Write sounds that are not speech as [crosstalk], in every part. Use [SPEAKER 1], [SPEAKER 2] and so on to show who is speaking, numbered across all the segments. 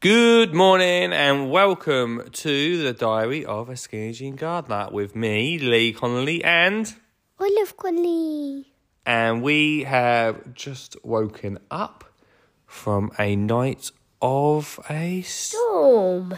[SPEAKER 1] Good morning and welcome to the Diary of a Skinny Jean Gardener with me, Lee Connolly, and
[SPEAKER 2] Olive Conley.
[SPEAKER 1] and we have just woken up from a night of a s-
[SPEAKER 2] Storm.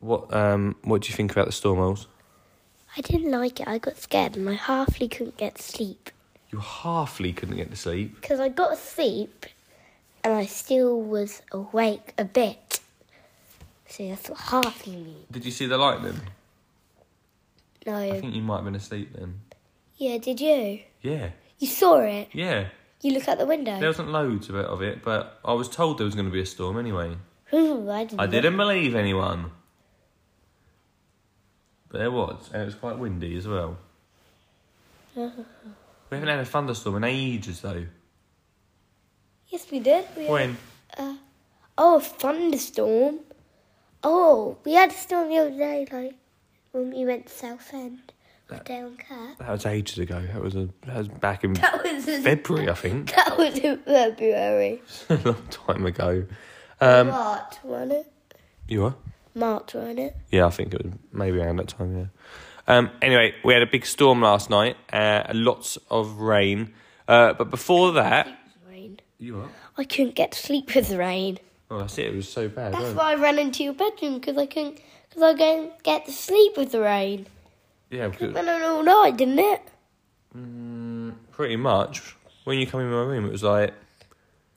[SPEAKER 1] what um what do you think about the storm Oz?
[SPEAKER 2] I didn't like it. I got scared and I hardly couldn't get sleep.
[SPEAKER 1] You halfly couldn't get to sleep.
[SPEAKER 2] Because I got sleep and I still was awake a bit. So that's what hardly means.
[SPEAKER 1] Did you see the lightning? I
[SPEAKER 2] No.
[SPEAKER 1] think you might have been asleep then.
[SPEAKER 2] Yeah, did you?
[SPEAKER 1] Yeah,
[SPEAKER 2] You saw it.
[SPEAKER 1] yeah.
[SPEAKER 2] You look out the window.
[SPEAKER 1] There wasn't loads of it, of it, but I was told there was going to be a storm anyway.
[SPEAKER 2] Ooh, I didn't.
[SPEAKER 1] I didn't believe anyone. But there was, and it was quite windy as well. [laughs] we haven't had a thunderstorm in ages, though.
[SPEAKER 2] Yes, we did. We had-
[SPEAKER 1] When?
[SPEAKER 2] Oh, a thunderstorm. Oh, we had a storm the other day, like when we went to Southend with Dale and Cat.
[SPEAKER 1] That was ages ago. That was a, that was back in
[SPEAKER 2] That was in,
[SPEAKER 1] February, I think. [laughs]
[SPEAKER 2] that was [laughs] in February.
[SPEAKER 1] a long time ago. Um,
[SPEAKER 2] March, wasn't it?
[SPEAKER 1] you were?
[SPEAKER 2] March, wasn't it?
[SPEAKER 1] Yeah, I think it was maybe around that time. Yeah. Um, anyway, we had a big storm last night. Uh, lots of rain. Uh, but before that,
[SPEAKER 2] Rain.
[SPEAKER 1] you were.
[SPEAKER 2] I couldn't get to sleep with the rain.
[SPEAKER 1] Oh, that's it. It was so bad.
[SPEAKER 2] That's
[SPEAKER 1] wasn't it?
[SPEAKER 2] why I ran into your bedroom because I couldn't, because I couldn't get to sleep with the rain.
[SPEAKER 1] Yeah, because-
[SPEAKER 2] Went on all night, didn't it?
[SPEAKER 1] pretty much. When you come in my room, it was like,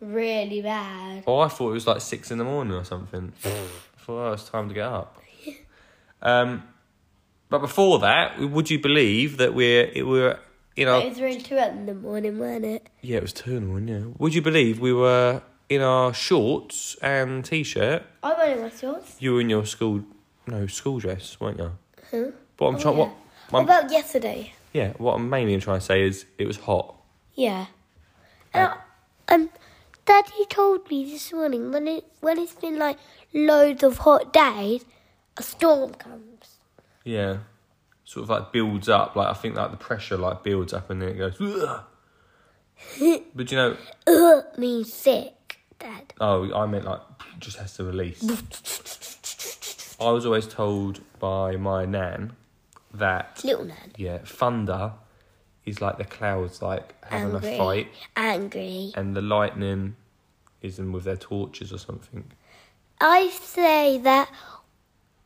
[SPEAKER 2] Really bad.
[SPEAKER 1] oh, I thought it was like six in the morning or something. [laughs] I thought oh, it's time to get up. [laughs] Um, but before that, would you believe that we're it were in
[SPEAKER 2] It
[SPEAKER 1] our
[SPEAKER 2] was around two in the morning, wasn't it?
[SPEAKER 1] yeah it was two in the morning. Yeah, would you believe we were in our shorts and t-shirt?
[SPEAKER 2] I went in my shorts.
[SPEAKER 1] You were in your school no school dress, weren't you?
[SPEAKER 2] Huh?
[SPEAKER 1] But I'm
[SPEAKER 2] Oh,
[SPEAKER 1] trying
[SPEAKER 2] yeah.
[SPEAKER 1] what
[SPEAKER 2] What
[SPEAKER 1] I'm,
[SPEAKER 2] about yesterday?
[SPEAKER 1] yeah what I'm mainly trying to say is it was hot.
[SPEAKER 2] Yeah. And I, um, Daddy told me this morning when it when it's been like loads of hot days, a storm comes.
[SPEAKER 1] Yeah. Sort of like builds up, like I think like the pressure like builds up and then it goes. "Ugh."
[SPEAKER 2] [laughs]
[SPEAKER 1] but you know,
[SPEAKER 2] Ugh, means sick, Dad.
[SPEAKER 1] oh, I meant like just has to release. I was always told by my nan that
[SPEAKER 2] Little Nan.
[SPEAKER 1] yeah, thunder is like the clouds like having
[SPEAKER 2] Angry.
[SPEAKER 1] a fight,
[SPEAKER 2] Angry.
[SPEAKER 1] and the lightning is them with their torches or something.
[SPEAKER 2] I say that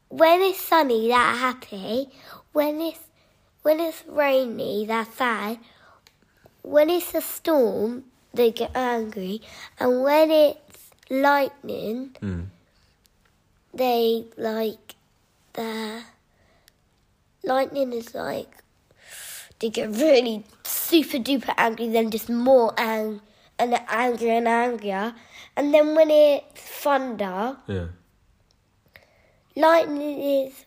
[SPEAKER 2] when it's sunny, they're happy. When it's when it's rainy, they're sad. When it's a storm, they get angry, and when it's lightning, they like the lightning is like they get really super duper angry, then just more ang- and angrier and angrier, and then when it's thunder
[SPEAKER 1] Yeah,
[SPEAKER 2] lightning is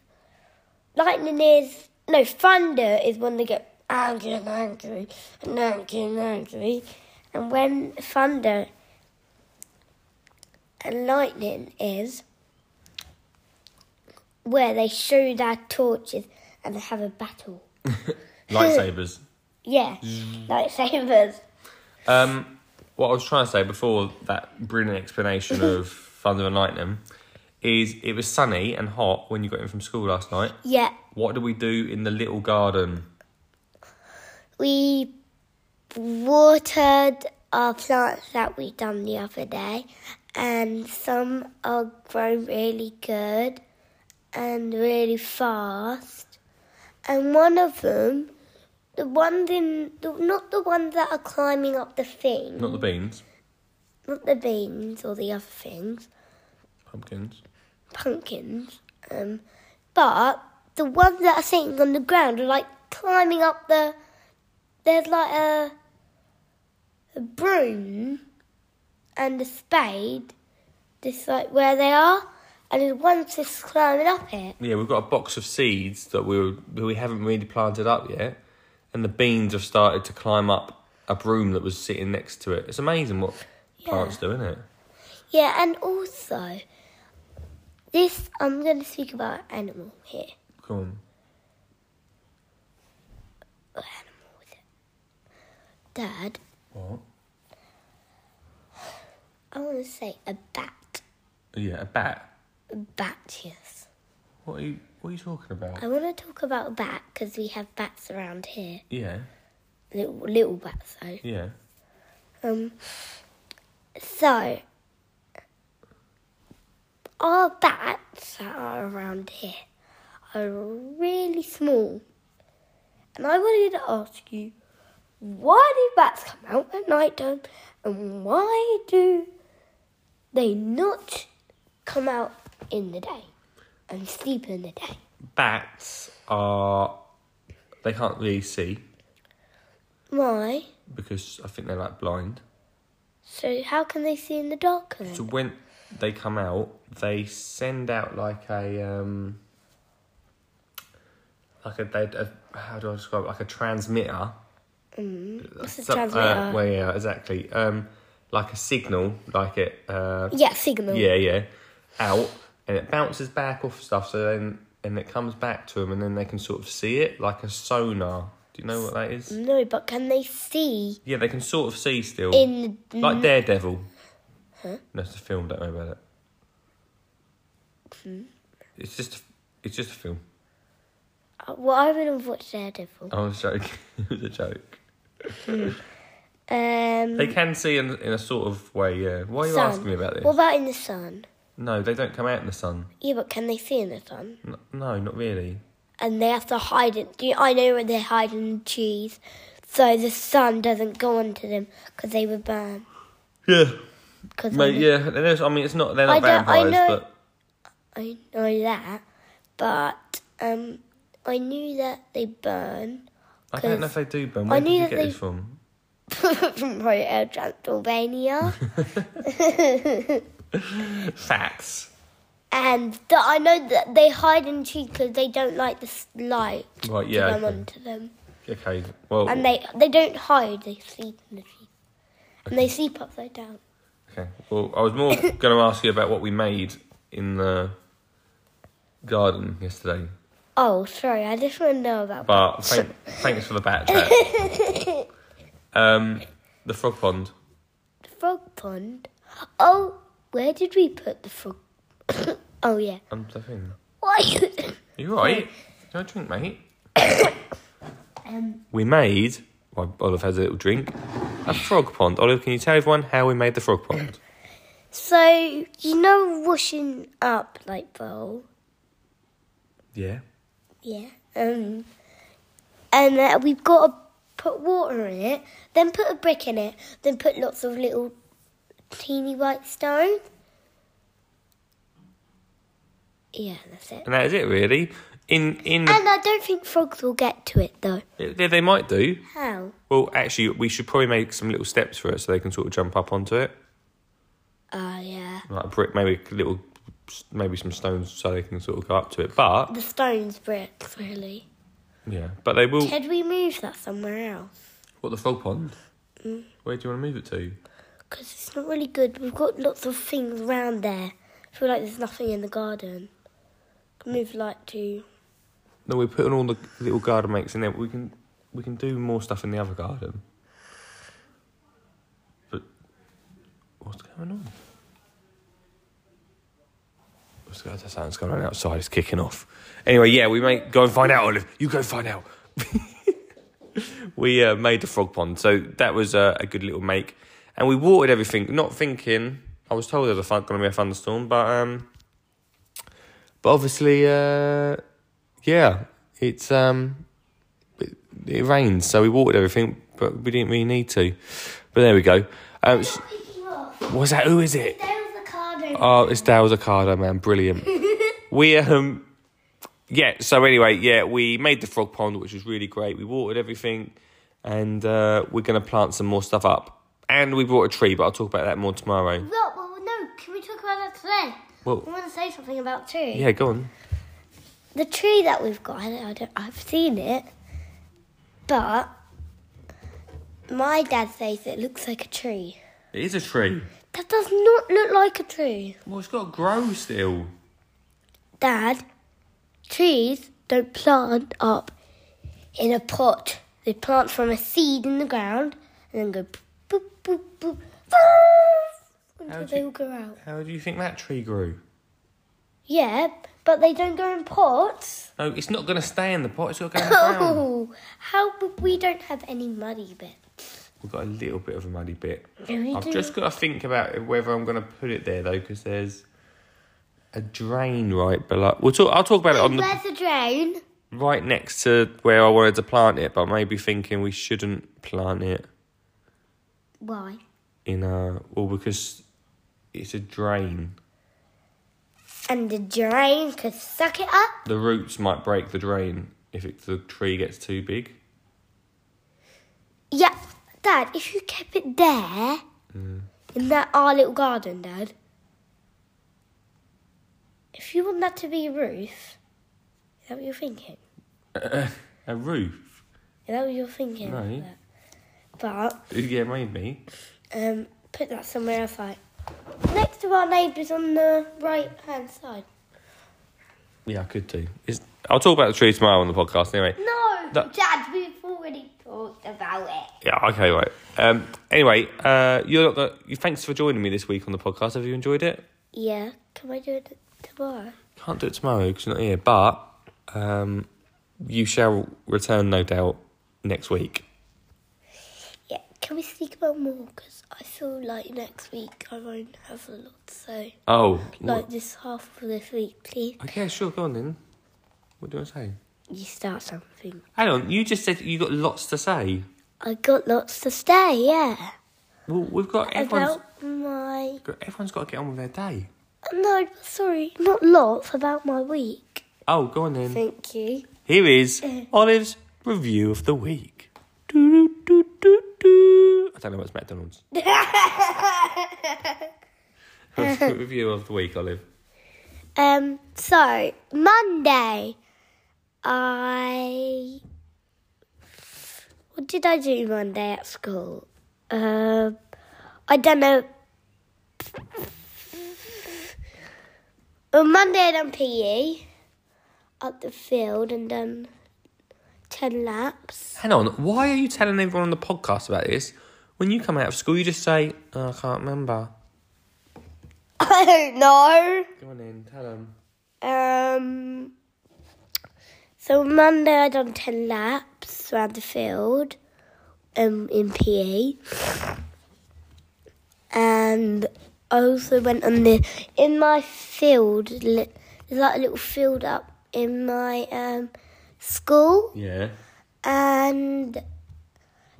[SPEAKER 2] lightning is no thunder is when they get angry and angry and angry and angry and when thunder and lightning is where they show their torches and they have a battle
[SPEAKER 1] lightsabers.
[SPEAKER 2] yeah lightsabers
[SPEAKER 1] Um, what I was trying to say before that brilliant explanation of Thunder and Lightning is it was sunny and hot when you got in from school last night.
[SPEAKER 2] yeah
[SPEAKER 1] What did we do in the little garden?
[SPEAKER 2] we watered our plants that we done the other day, and some are grown really good and really fast. And one of them, the ones in, the, not the ones that are climbing up the thing,
[SPEAKER 1] Not the beans,
[SPEAKER 2] not the beans or the other things,
[SPEAKER 1] pumpkins.
[SPEAKER 2] pumpkins, um, but the ones that are sitting on the ground are like climbing up the. There's like a, a broom and a spade, just like where they are, and there's one just climbing up it.
[SPEAKER 1] Yeah, we've got a box of seeds that we were, that we haven't really planted up yet, and the beans have started to climb up a broom that was sitting next to it. It's amazing what plants do, isn't it?
[SPEAKER 2] Yeah, and also, this I'm going to speak about an animal here.
[SPEAKER 1] Come on.
[SPEAKER 2] What animal was it? Dad,
[SPEAKER 1] What?
[SPEAKER 2] I want to say a bat.
[SPEAKER 1] Yeah, a bat.
[SPEAKER 2] Bat, yes.
[SPEAKER 1] What are you? What are you talking about?
[SPEAKER 2] I want to talk about a bat because we have bats around here.
[SPEAKER 1] Yeah,
[SPEAKER 2] Little, little bats, though.
[SPEAKER 1] yeah.
[SPEAKER 2] Um, so, our bats that are around here are really small. And I wanted to ask you, why do bats come out at night time and why do they not come out in the day and sleep in the day?
[SPEAKER 1] Bats are. They can't really see
[SPEAKER 2] Why?
[SPEAKER 1] because I think they're like blind.
[SPEAKER 2] So how can they see in the dark? then?
[SPEAKER 1] So when they come out, they send out like a um, like a, they, a how do I describe it? like a transmitter.
[SPEAKER 2] What's Mm. a
[SPEAKER 1] So- Uh,
[SPEAKER 2] transmitter?
[SPEAKER 1] well, yeah, exactly. Um, like a signal, like it. Uh,
[SPEAKER 2] yeah, signal.
[SPEAKER 1] yeah, yeah. Out and it bounces back off stuff. So then and it comes back to them, and then they can sort of see it like a sonar. Do you know what that is?
[SPEAKER 2] No, but can they see
[SPEAKER 1] Yeah, they can sort of see still.
[SPEAKER 2] in the
[SPEAKER 1] like Daredevil. No, it's a film. Don't know about it.
[SPEAKER 2] Hmm.
[SPEAKER 1] It's just, it's just a film. [laughs]
[SPEAKER 2] well, uh, I wouldn't watch Daredevil.
[SPEAKER 1] I was joking. it was a joke.
[SPEAKER 2] Um,
[SPEAKER 1] They can see in, in a sort of way. Yeah. Why are you
[SPEAKER 2] Mm. sun.
[SPEAKER 1] asking me about this?
[SPEAKER 2] What about in the sun?
[SPEAKER 1] no, they don't come out in the sun.
[SPEAKER 2] Yeah, but can they see in the sun?
[SPEAKER 1] N- No, not really.
[SPEAKER 2] And they have to hide it. Do you- I know where they hide in the trees, so the sun doesn't go onto them because they would burn.
[SPEAKER 1] Yeah,
[SPEAKER 2] Because
[SPEAKER 1] mate. Yeah, and there's- I mean, it's not. They're
[SPEAKER 2] I
[SPEAKER 1] not
[SPEAKER 2] don't- I
[SPEAKER 1] vampires,
[SPEAKER 2] know-
[SPEAKER 1] but
[SPEAKER 2] I know that, but um, I knew that they burn [laughs]
[SPEAKER 1] I don't know if they do. But
[SPEAKER 2] I
[SPEAKER 1] where did
[SPEAKER 2] knew
[SPEAKER 1] you
[SPEAKER 2] that
[SPEAKER 1] get
[SPEAKER 2] they-
[SPEAKER 1] this from?
[SPEAKER 2] from Royal Transylvania.
[SPEAKER 1] Facts.
[SPEAKER 2] And that I know that they hide in trees because they don't like the s- light
[SPEAKER 1] Right.
[SPEAKER 2] to
[SPEAKER 1] Yeah.
[SPEAKER 2] come
[SPEAKER 1] Okay.
[SPEAKER 2] onto them.
[SPEAKER 1] okay. Well.
[SPEAKER 2] And they they don't hide; they sleep in the trees, and they sleep upside down.
[SPEAKER 1] Okay. Well, I was more going to ask you about what we made in the garden yesterday,
[SPEAKER 2] Oh, sorry, I just want to know about.
[SPEAKER 1] but thank, thanks for the bat chat. Um, the frog pond.
[SPEAKER 2] The frog pond. Oh, where did we put the frog? [coughs] oh yeah. [coughs]
[SPEAKER 1] Um, the thing.
[SPEAKER 2] Why?
[SPEAKER 1] Are you all right? Do you want a drink, mate? we made. Well, Olive has a little drink. A frog pond. Olive, can you tell everyone how we made the frog pond?
[SPEAKER 2] so you know washing up like bowl.
[SPEAKER 1] Yeah.
[SPEAKER 2] Yeah. Um, and uh, we've got to put water in it, then put a brick in it, then put lots of little teeny white stones. Yeah, that's it.
[SPEAKER 1] And that is it, really. In in the,
[SPEAKER 2] And I don't think frogs will get to it though.
[SPEAKER 1] they, they might do.
[SPEAKER 2] How?
[SPEAKER 1] Well, actually, we should probably make some little steps for it so they can sort of jump up onto it.
[SPEAKER 2] Oh, yeah.
[SPEAKER 1] like a brick, maybe a little, maybe some stones so they can sort of go up to it. But
[SPEAKER 2] The stone's bricks, really.
[SPEAKER 1] yeah, but they will.
[SPEAKER 2] Could we move that somewhere else?
[SPEAKER 1] What the frog pond? Where do you want to move it to?
[SPEAKER 2] Because it's not really good. We've got lots of things around there. I feel like there's nothing in the garden. Move like to
[SPEAKER 1] No, we're putting all the little garden makes in there. We can we can do more stuff in the other garden. But what's going on? What's going on? Something's going on outside. It's kicking off. Anyway, yeah, we may go and find out. Olive, you go find out. [laughs] we uh, made the frog pond, so that was uh, a good little make, and we watered everything. Not thinking, I was told there was going to be a thunderstorm, but um, but obviously, uh, yeah, it's um, it, it rained, so we watered everything, but we didn't really need to. But there we go. Um, s- what's that? Who is it? Oh, it's Dale's Ocado, man. Brilliant. [laughs] we, um, yeah, so anyway, yeah, we made the frog pond, which was really great. We watered everything and uh, we're going to plant some more stuff up. And we brought a tree, but I'll talk about that more tomorrow.
[SPEAKER 2] Well, well, no, can we talk about that today? I
[SPEAKER 1] Well,
[SPEAKER 2] want to say something about too.
[SPEAKER 1] yeah, go on.
[SPEAKER 2] The tree that we've got, I don't, I don't, I've seen it, but my dad says it looks like a tree.
[SPEAKER 1] It is a tree.
[SPEAKER 2] That does not look like a tree.
[SPEAKER 1] Well, it's got to grow still.
[SPEAKER 2] Dad, trees don't plant up in a pot. They plant from a seed in the ground and then go boop, boop, boop, boop,
[SPEAKER 1] How
[SPEAKER 2] until
[SPEAKER 1] do you-
[SPEAKER 2] they all grow out.
[SPEAKER 1] How do you think that tree grew?
[SPEAKER 2] Yeah, but they don't go in pots.
[SPEAKER 1] No, it's not going to stay in the pot. It's got to go in the [laughs] ground.
[SPEAKER 2] Oh, how we don't have any muddy bits.
[SPEAKER 1] We've got a little bit of a muddy bit.
[SPEAKER 2] No, we
[SPEAKER 1] I've
[SPEAKER 2] do.
[SPEAKER 1] just got to think about whether I'm going to put it there though, because there's a drain right below. We'll talk. I'll talk about it on the
[SPEAKER 2] Where's the drain?
[SPEAKER 1] right next to where I wanted to plant it, but I may be thinking we shouldn't plant it
[SPEAKER 2] Why?
[SPEAKER 1] in a well because it's a drain.
[SPEAKER 2] And the drain could suck it up.
[SPEAKER 1] The roots might break the drain if it, the tree gets too big.
[SPEAKER 2] Yeah, Dad, if you kept it there,
[SPEAKER 1] Mm.
[SPEAKER 2] in that our little garden, Dad. If you want that to be a roof, is that what you're thinking?
[SPEAKER 1] A roof?
[SPEAKER 2] Is that what you're thinking?
[SPEAKER 1] No.
[SPEAKER 2] of that? But
[SPEAKER 1] Yeah, maybe.
[SPEAKER 2] um, put that somewhere else, like next to our neighbours on the right hand side.
[SPEAKER 1] Yeah, I could do. It's, I'll talk about the tree tomorrow on the podcast anyway.
[SPEAKER 2] No,
[SPEAKER 1] That-
[SPEAKER 2] Dad, we've already talked about it.
[SPEAKER 1] Yeah, okay, right. Um, anyway, uh, you're not the, you, thanks for joining me this week on the podcast. Have you enjoyed it?
[SPEAKER 2] Yeah, can I do it tomorrow?
[SPEAKER 1] Can't do it tomorrow because you're not here, but um, you shall return, no doubt, next week.
[SPEAKER 2] Yeah, can we speak about more? Because I feel like next week I won't have a lot to say.
[SPEAKER 1] Oh,
[SPEAKER 2] Like
[SPEAKER 1] what-
[SPEAKER 2] this half of this week, please.
[SPEAKER 1] okay, sure, go on then. What do I say?
[SPEAKER 2] You start something.
[SPEAKER 1] Hang on, you just said you got lots to say.
[SPEAKER 2] I got lots to say, yeah.
[SPEAKER 1] Well, we've got everyone's,
[SPEAKER 2] About my.
[SPEAKER 1] got- everyone's got to get on with their day.
[SPEAKER 2] No, sorry, not lots, about my week.
[SPEAKER 1] Oh, go on then.
[SPEAKER 2] Thank you. Eh.
[SPEAKER 1] Here is Olive's review of the week. Do, do, do, do, do. I don't know what's
[SPEAKER 2] [laughs]
[SPEAKER 1] McDonald's. [laughs] review of the week, Olive.
[SPEAKER 2] Um, so Monday, I what did I do Monday at school? Um, I done a on Monday I done PE up the field and done ten laps. [laughs]
[SPEAKER 1] Hang on, why are you telling everyone on the podcast about this? When you come out of school, you just say, oh, I can't remember.
[SPEAKER 2] I don't know.
[SPEAKER 1] Go on in, tell them.
[SPEAKER 2] Um, so Monday I done ten laps around the field, um, in PE, and I also went on the in my field. li- There's like a little field up in my um school,
[SPEAKER 1] Yeah.
[SPEAKER 2] and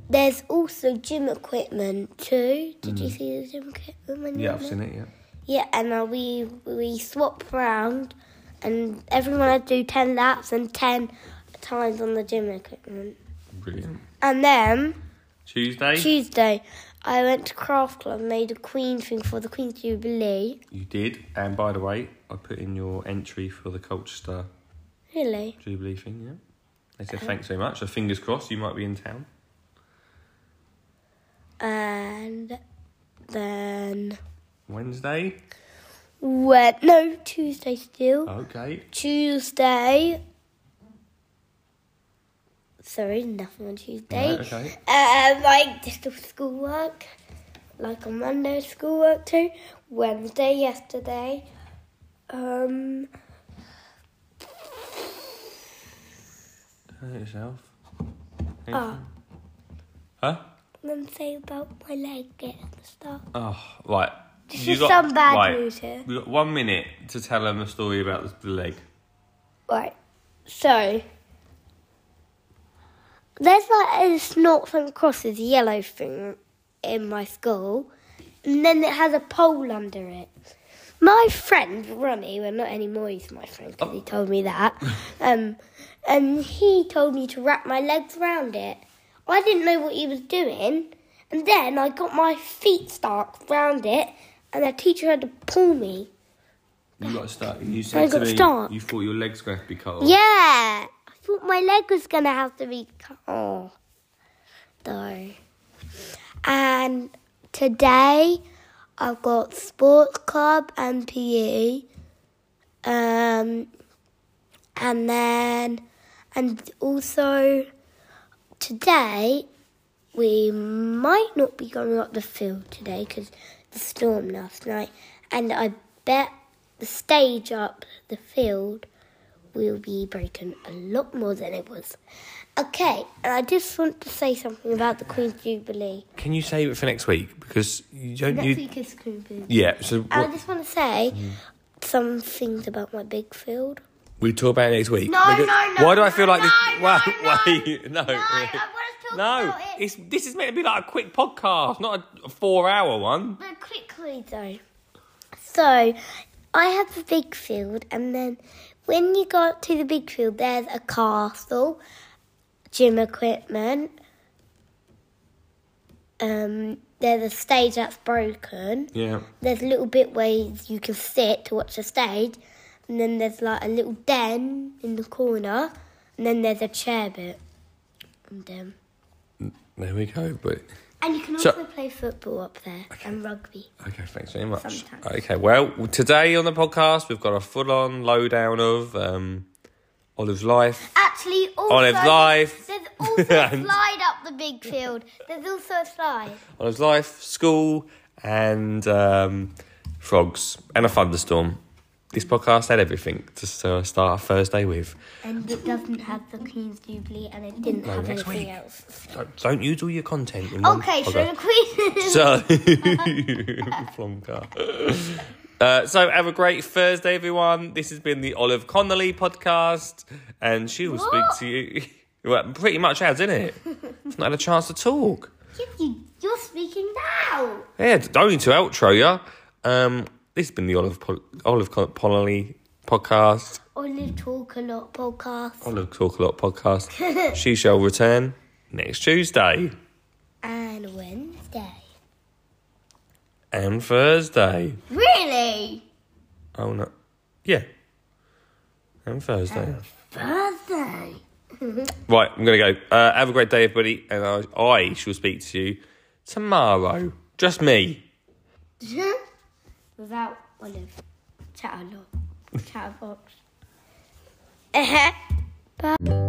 [SPEAKER 2] there's also gym equipment too. Did you see the gym equipment? when
[SPEAKER 1] Mm.
[SPEAKER 2] you
[SPEAKER 1] Yeah,
[SPEAKER 2] went
[SPEAKER 1] I've
[SPEAKER 2] there?
[SPEAKER 1] seen it, yeah.
[SPEAKER 2] Yeah, and uh, we we swap round, and everyone had to do ten laps and ten times on the gym equipment.
[SPEAKER 1] Brilliant.
[SPEAKER 2] And then
[SPEAKER 1] Tuesday?
[SPEAKER 2] Tuesday, I went to craft club, made a queen thing for the Queen's Jubilee.
[SPEAKER 1] you did. And by the way, I put in your entry for the Colchester
[SPEAKER 2] Really?
[SPEAKER 1] Jubilee thing, yeah. They said thanks so much. So fingers crossed you might be in town.
[SPEAKER 2] And then
[SPEAKER 1] Wednesday?
[SPEAKER 2] went no Tuesday still.
[SPEAKER 1] Okay.
[SPEAKER 2] Tuesday. Sorry, nothing on Tuesday.
[SPEAKER 1] Right, okay.
[SPEAKER 2] Um, like just the schoolwork, like on Monday schoolwork too. Wednesday yesterday. Um,
[SPEAKER 1] Turn it yourself.
[SPEAKER 2] ah,
[SPEAKER 1] Huh?
[SPEAKER 2] then say about my leg getting stuff.
[SPEAKER 1] Oh, right.
[SPEAKER 2] This is some bad news here.
[SPEAKER 1] We've got one minute to tell them a story about the the leg.
[SPEAKER 2] Right. So there's like a snorts and crosses yellow thing in my school, and then it has a pole under it. My friend Ronnie, well not anymore, he's my friend because he told me that, um, and he told me to wrap my legs around it. I didn't know what he was doing, and then I got my feet stuck round it, and the teacher had to pull me.
[SPEAKER 1] You got stuck. and You said to
[SPEAKER 2] got
[SPEAKER 1] me
[SPEAKER 2] stuck.
[SPEAKER 1] you thought your legs were going to be cut off.
[SPEAKER 2] Yeah, I thought my leg was gonna have to be cut off, though. And today I've got sports club and PE, um, and then and also today we might not be going up the field today because the storm last night, and I bet the stage up the field will be broken a lot more than it was. Okay, and I just want to say something about the Queen's Jubilee.
[SPEAKER 1] Can you save it for next week? Because you don't.
[SPEAKER 2] Next
[SPEAKER 1] you,
[SPEAKER 2] week Uh, is Queen's Jubilee.
[SPEAKER 1] Yeah. So
[SPEAKER 2] I
[SPEAKER 1] what,
[SPEAKER 2] just want to say some things about my big field.
[SPEAKER 1] we talk about it next week.
[SPEAKER 2] No,
[SPEAKER 1] Because-
[SPEAKER 2] no, no,
[SPEAKER 1] Why do I
[SPEAKER 2] no,
[SPEAKER 1] feel like
[SPEAKER 2] no,
[SPEAKER 1] this?
[SPEAKER 2] no,
[SPEAKER 1] Why?
[SPEAKER 2] no.
[SPEAKER 1] why? No.
[SPEAKER 2] want
[SPEAKER 1] [laughs]
[SPEAKER 2] to
[SPEAKER 1] No, it's this is meant to be like a quick podcast, not a- a four-hour one.
[SPEAKER 2] But quickly though. So I have the big field, and then when you go up to the big field, there's a castle, gym equipment. Um, there's a stage that's broken.
[SPEAKER 1] Yeah.
[SPEAKER 2] There's a little bit where you can sit to watch the stage, and then there's like a little den in the corner, and then there's a chair bit. And um,
[SPEAKER 1] There we go. But
[SPEAKER 2] and you can
[SPEAKER 1] So-
[SPEAKER 2] also play football up there and rugby.
[SPEAKER 1] Okay, thanks very much.
[SPEAKER 2] Sometimes.
[SPEAKER 1] Okay, well, today on the podcast, we've got a full on lowdown of um, Olive's life.
[SPEAKER 2] Actually, also,
[SPEAKER 1] Olive life.
[SPEAKER 2] There's also a
[SPEAKER 1] [laughs] And-
[SPEAKER 2] slide up the big field. There's also a slide.
[SPEAKER 1] Olive's life, school, and um, frogs, and a thunderstorm. This podcast had everything to uh, start our Thursday with.
[SPEAKER 2] And it doesn't have the Queen's Jubilee and it didn't
[SPEAKER 1] No,
[SPEAKER 2] have
[SPEAKER 1] next
[SPEAKER 2] anything
[SPEAKER 1] week.
[SPEAKER 2] else.
[SPEAKER 1] Don't, don't use all your content in one
[SPEAKER 2] Okay, so
[SPEAKER 1] podcast.
[SPEAKER 2] the Queen. [laughs]
[SPEAKER 1] So, [laughs] Flonker. Uh, so have a great Thursday, everyone. This has been the Olive Connolly podcast, and she will
[SPEAKER 2] What?
[SPEAKER 1] speak to you. [laughs] Well, pretty much has, isn't it? It's not had a chance to talk.
[SPEAKER 2] you, you're speaking now.
[SPEAKER 1] Yeah, d- only to outro ya. Um, this has been the Olive Pol- Olive Con- Connolly podcast,
[SPEAKER 2] Olive Talk a Lot podcast.
[SPEAKER 1] Olive Talk a Lot
[SPEAKER 2] [laughs]
[SPEAKER 1] podcast. she shall return next Tuesday
[SPEAKER 2] And Wednesday.
[SPEAKER 1] and Thursday.
[SPEAKER 2] Really?
[SPEAKER 1] Oh no, yeah, and Thursday.
[SPEAKER 2] Thursday.
[SPEAKER 1] Right, I'm going to go. Uh, have a great day, everybody, and I, I shall speak to you tomorrow. Just me.
[SPEAKER 2] Without Olive. Uh-huh. Chat a lot. Chat a box. Bye.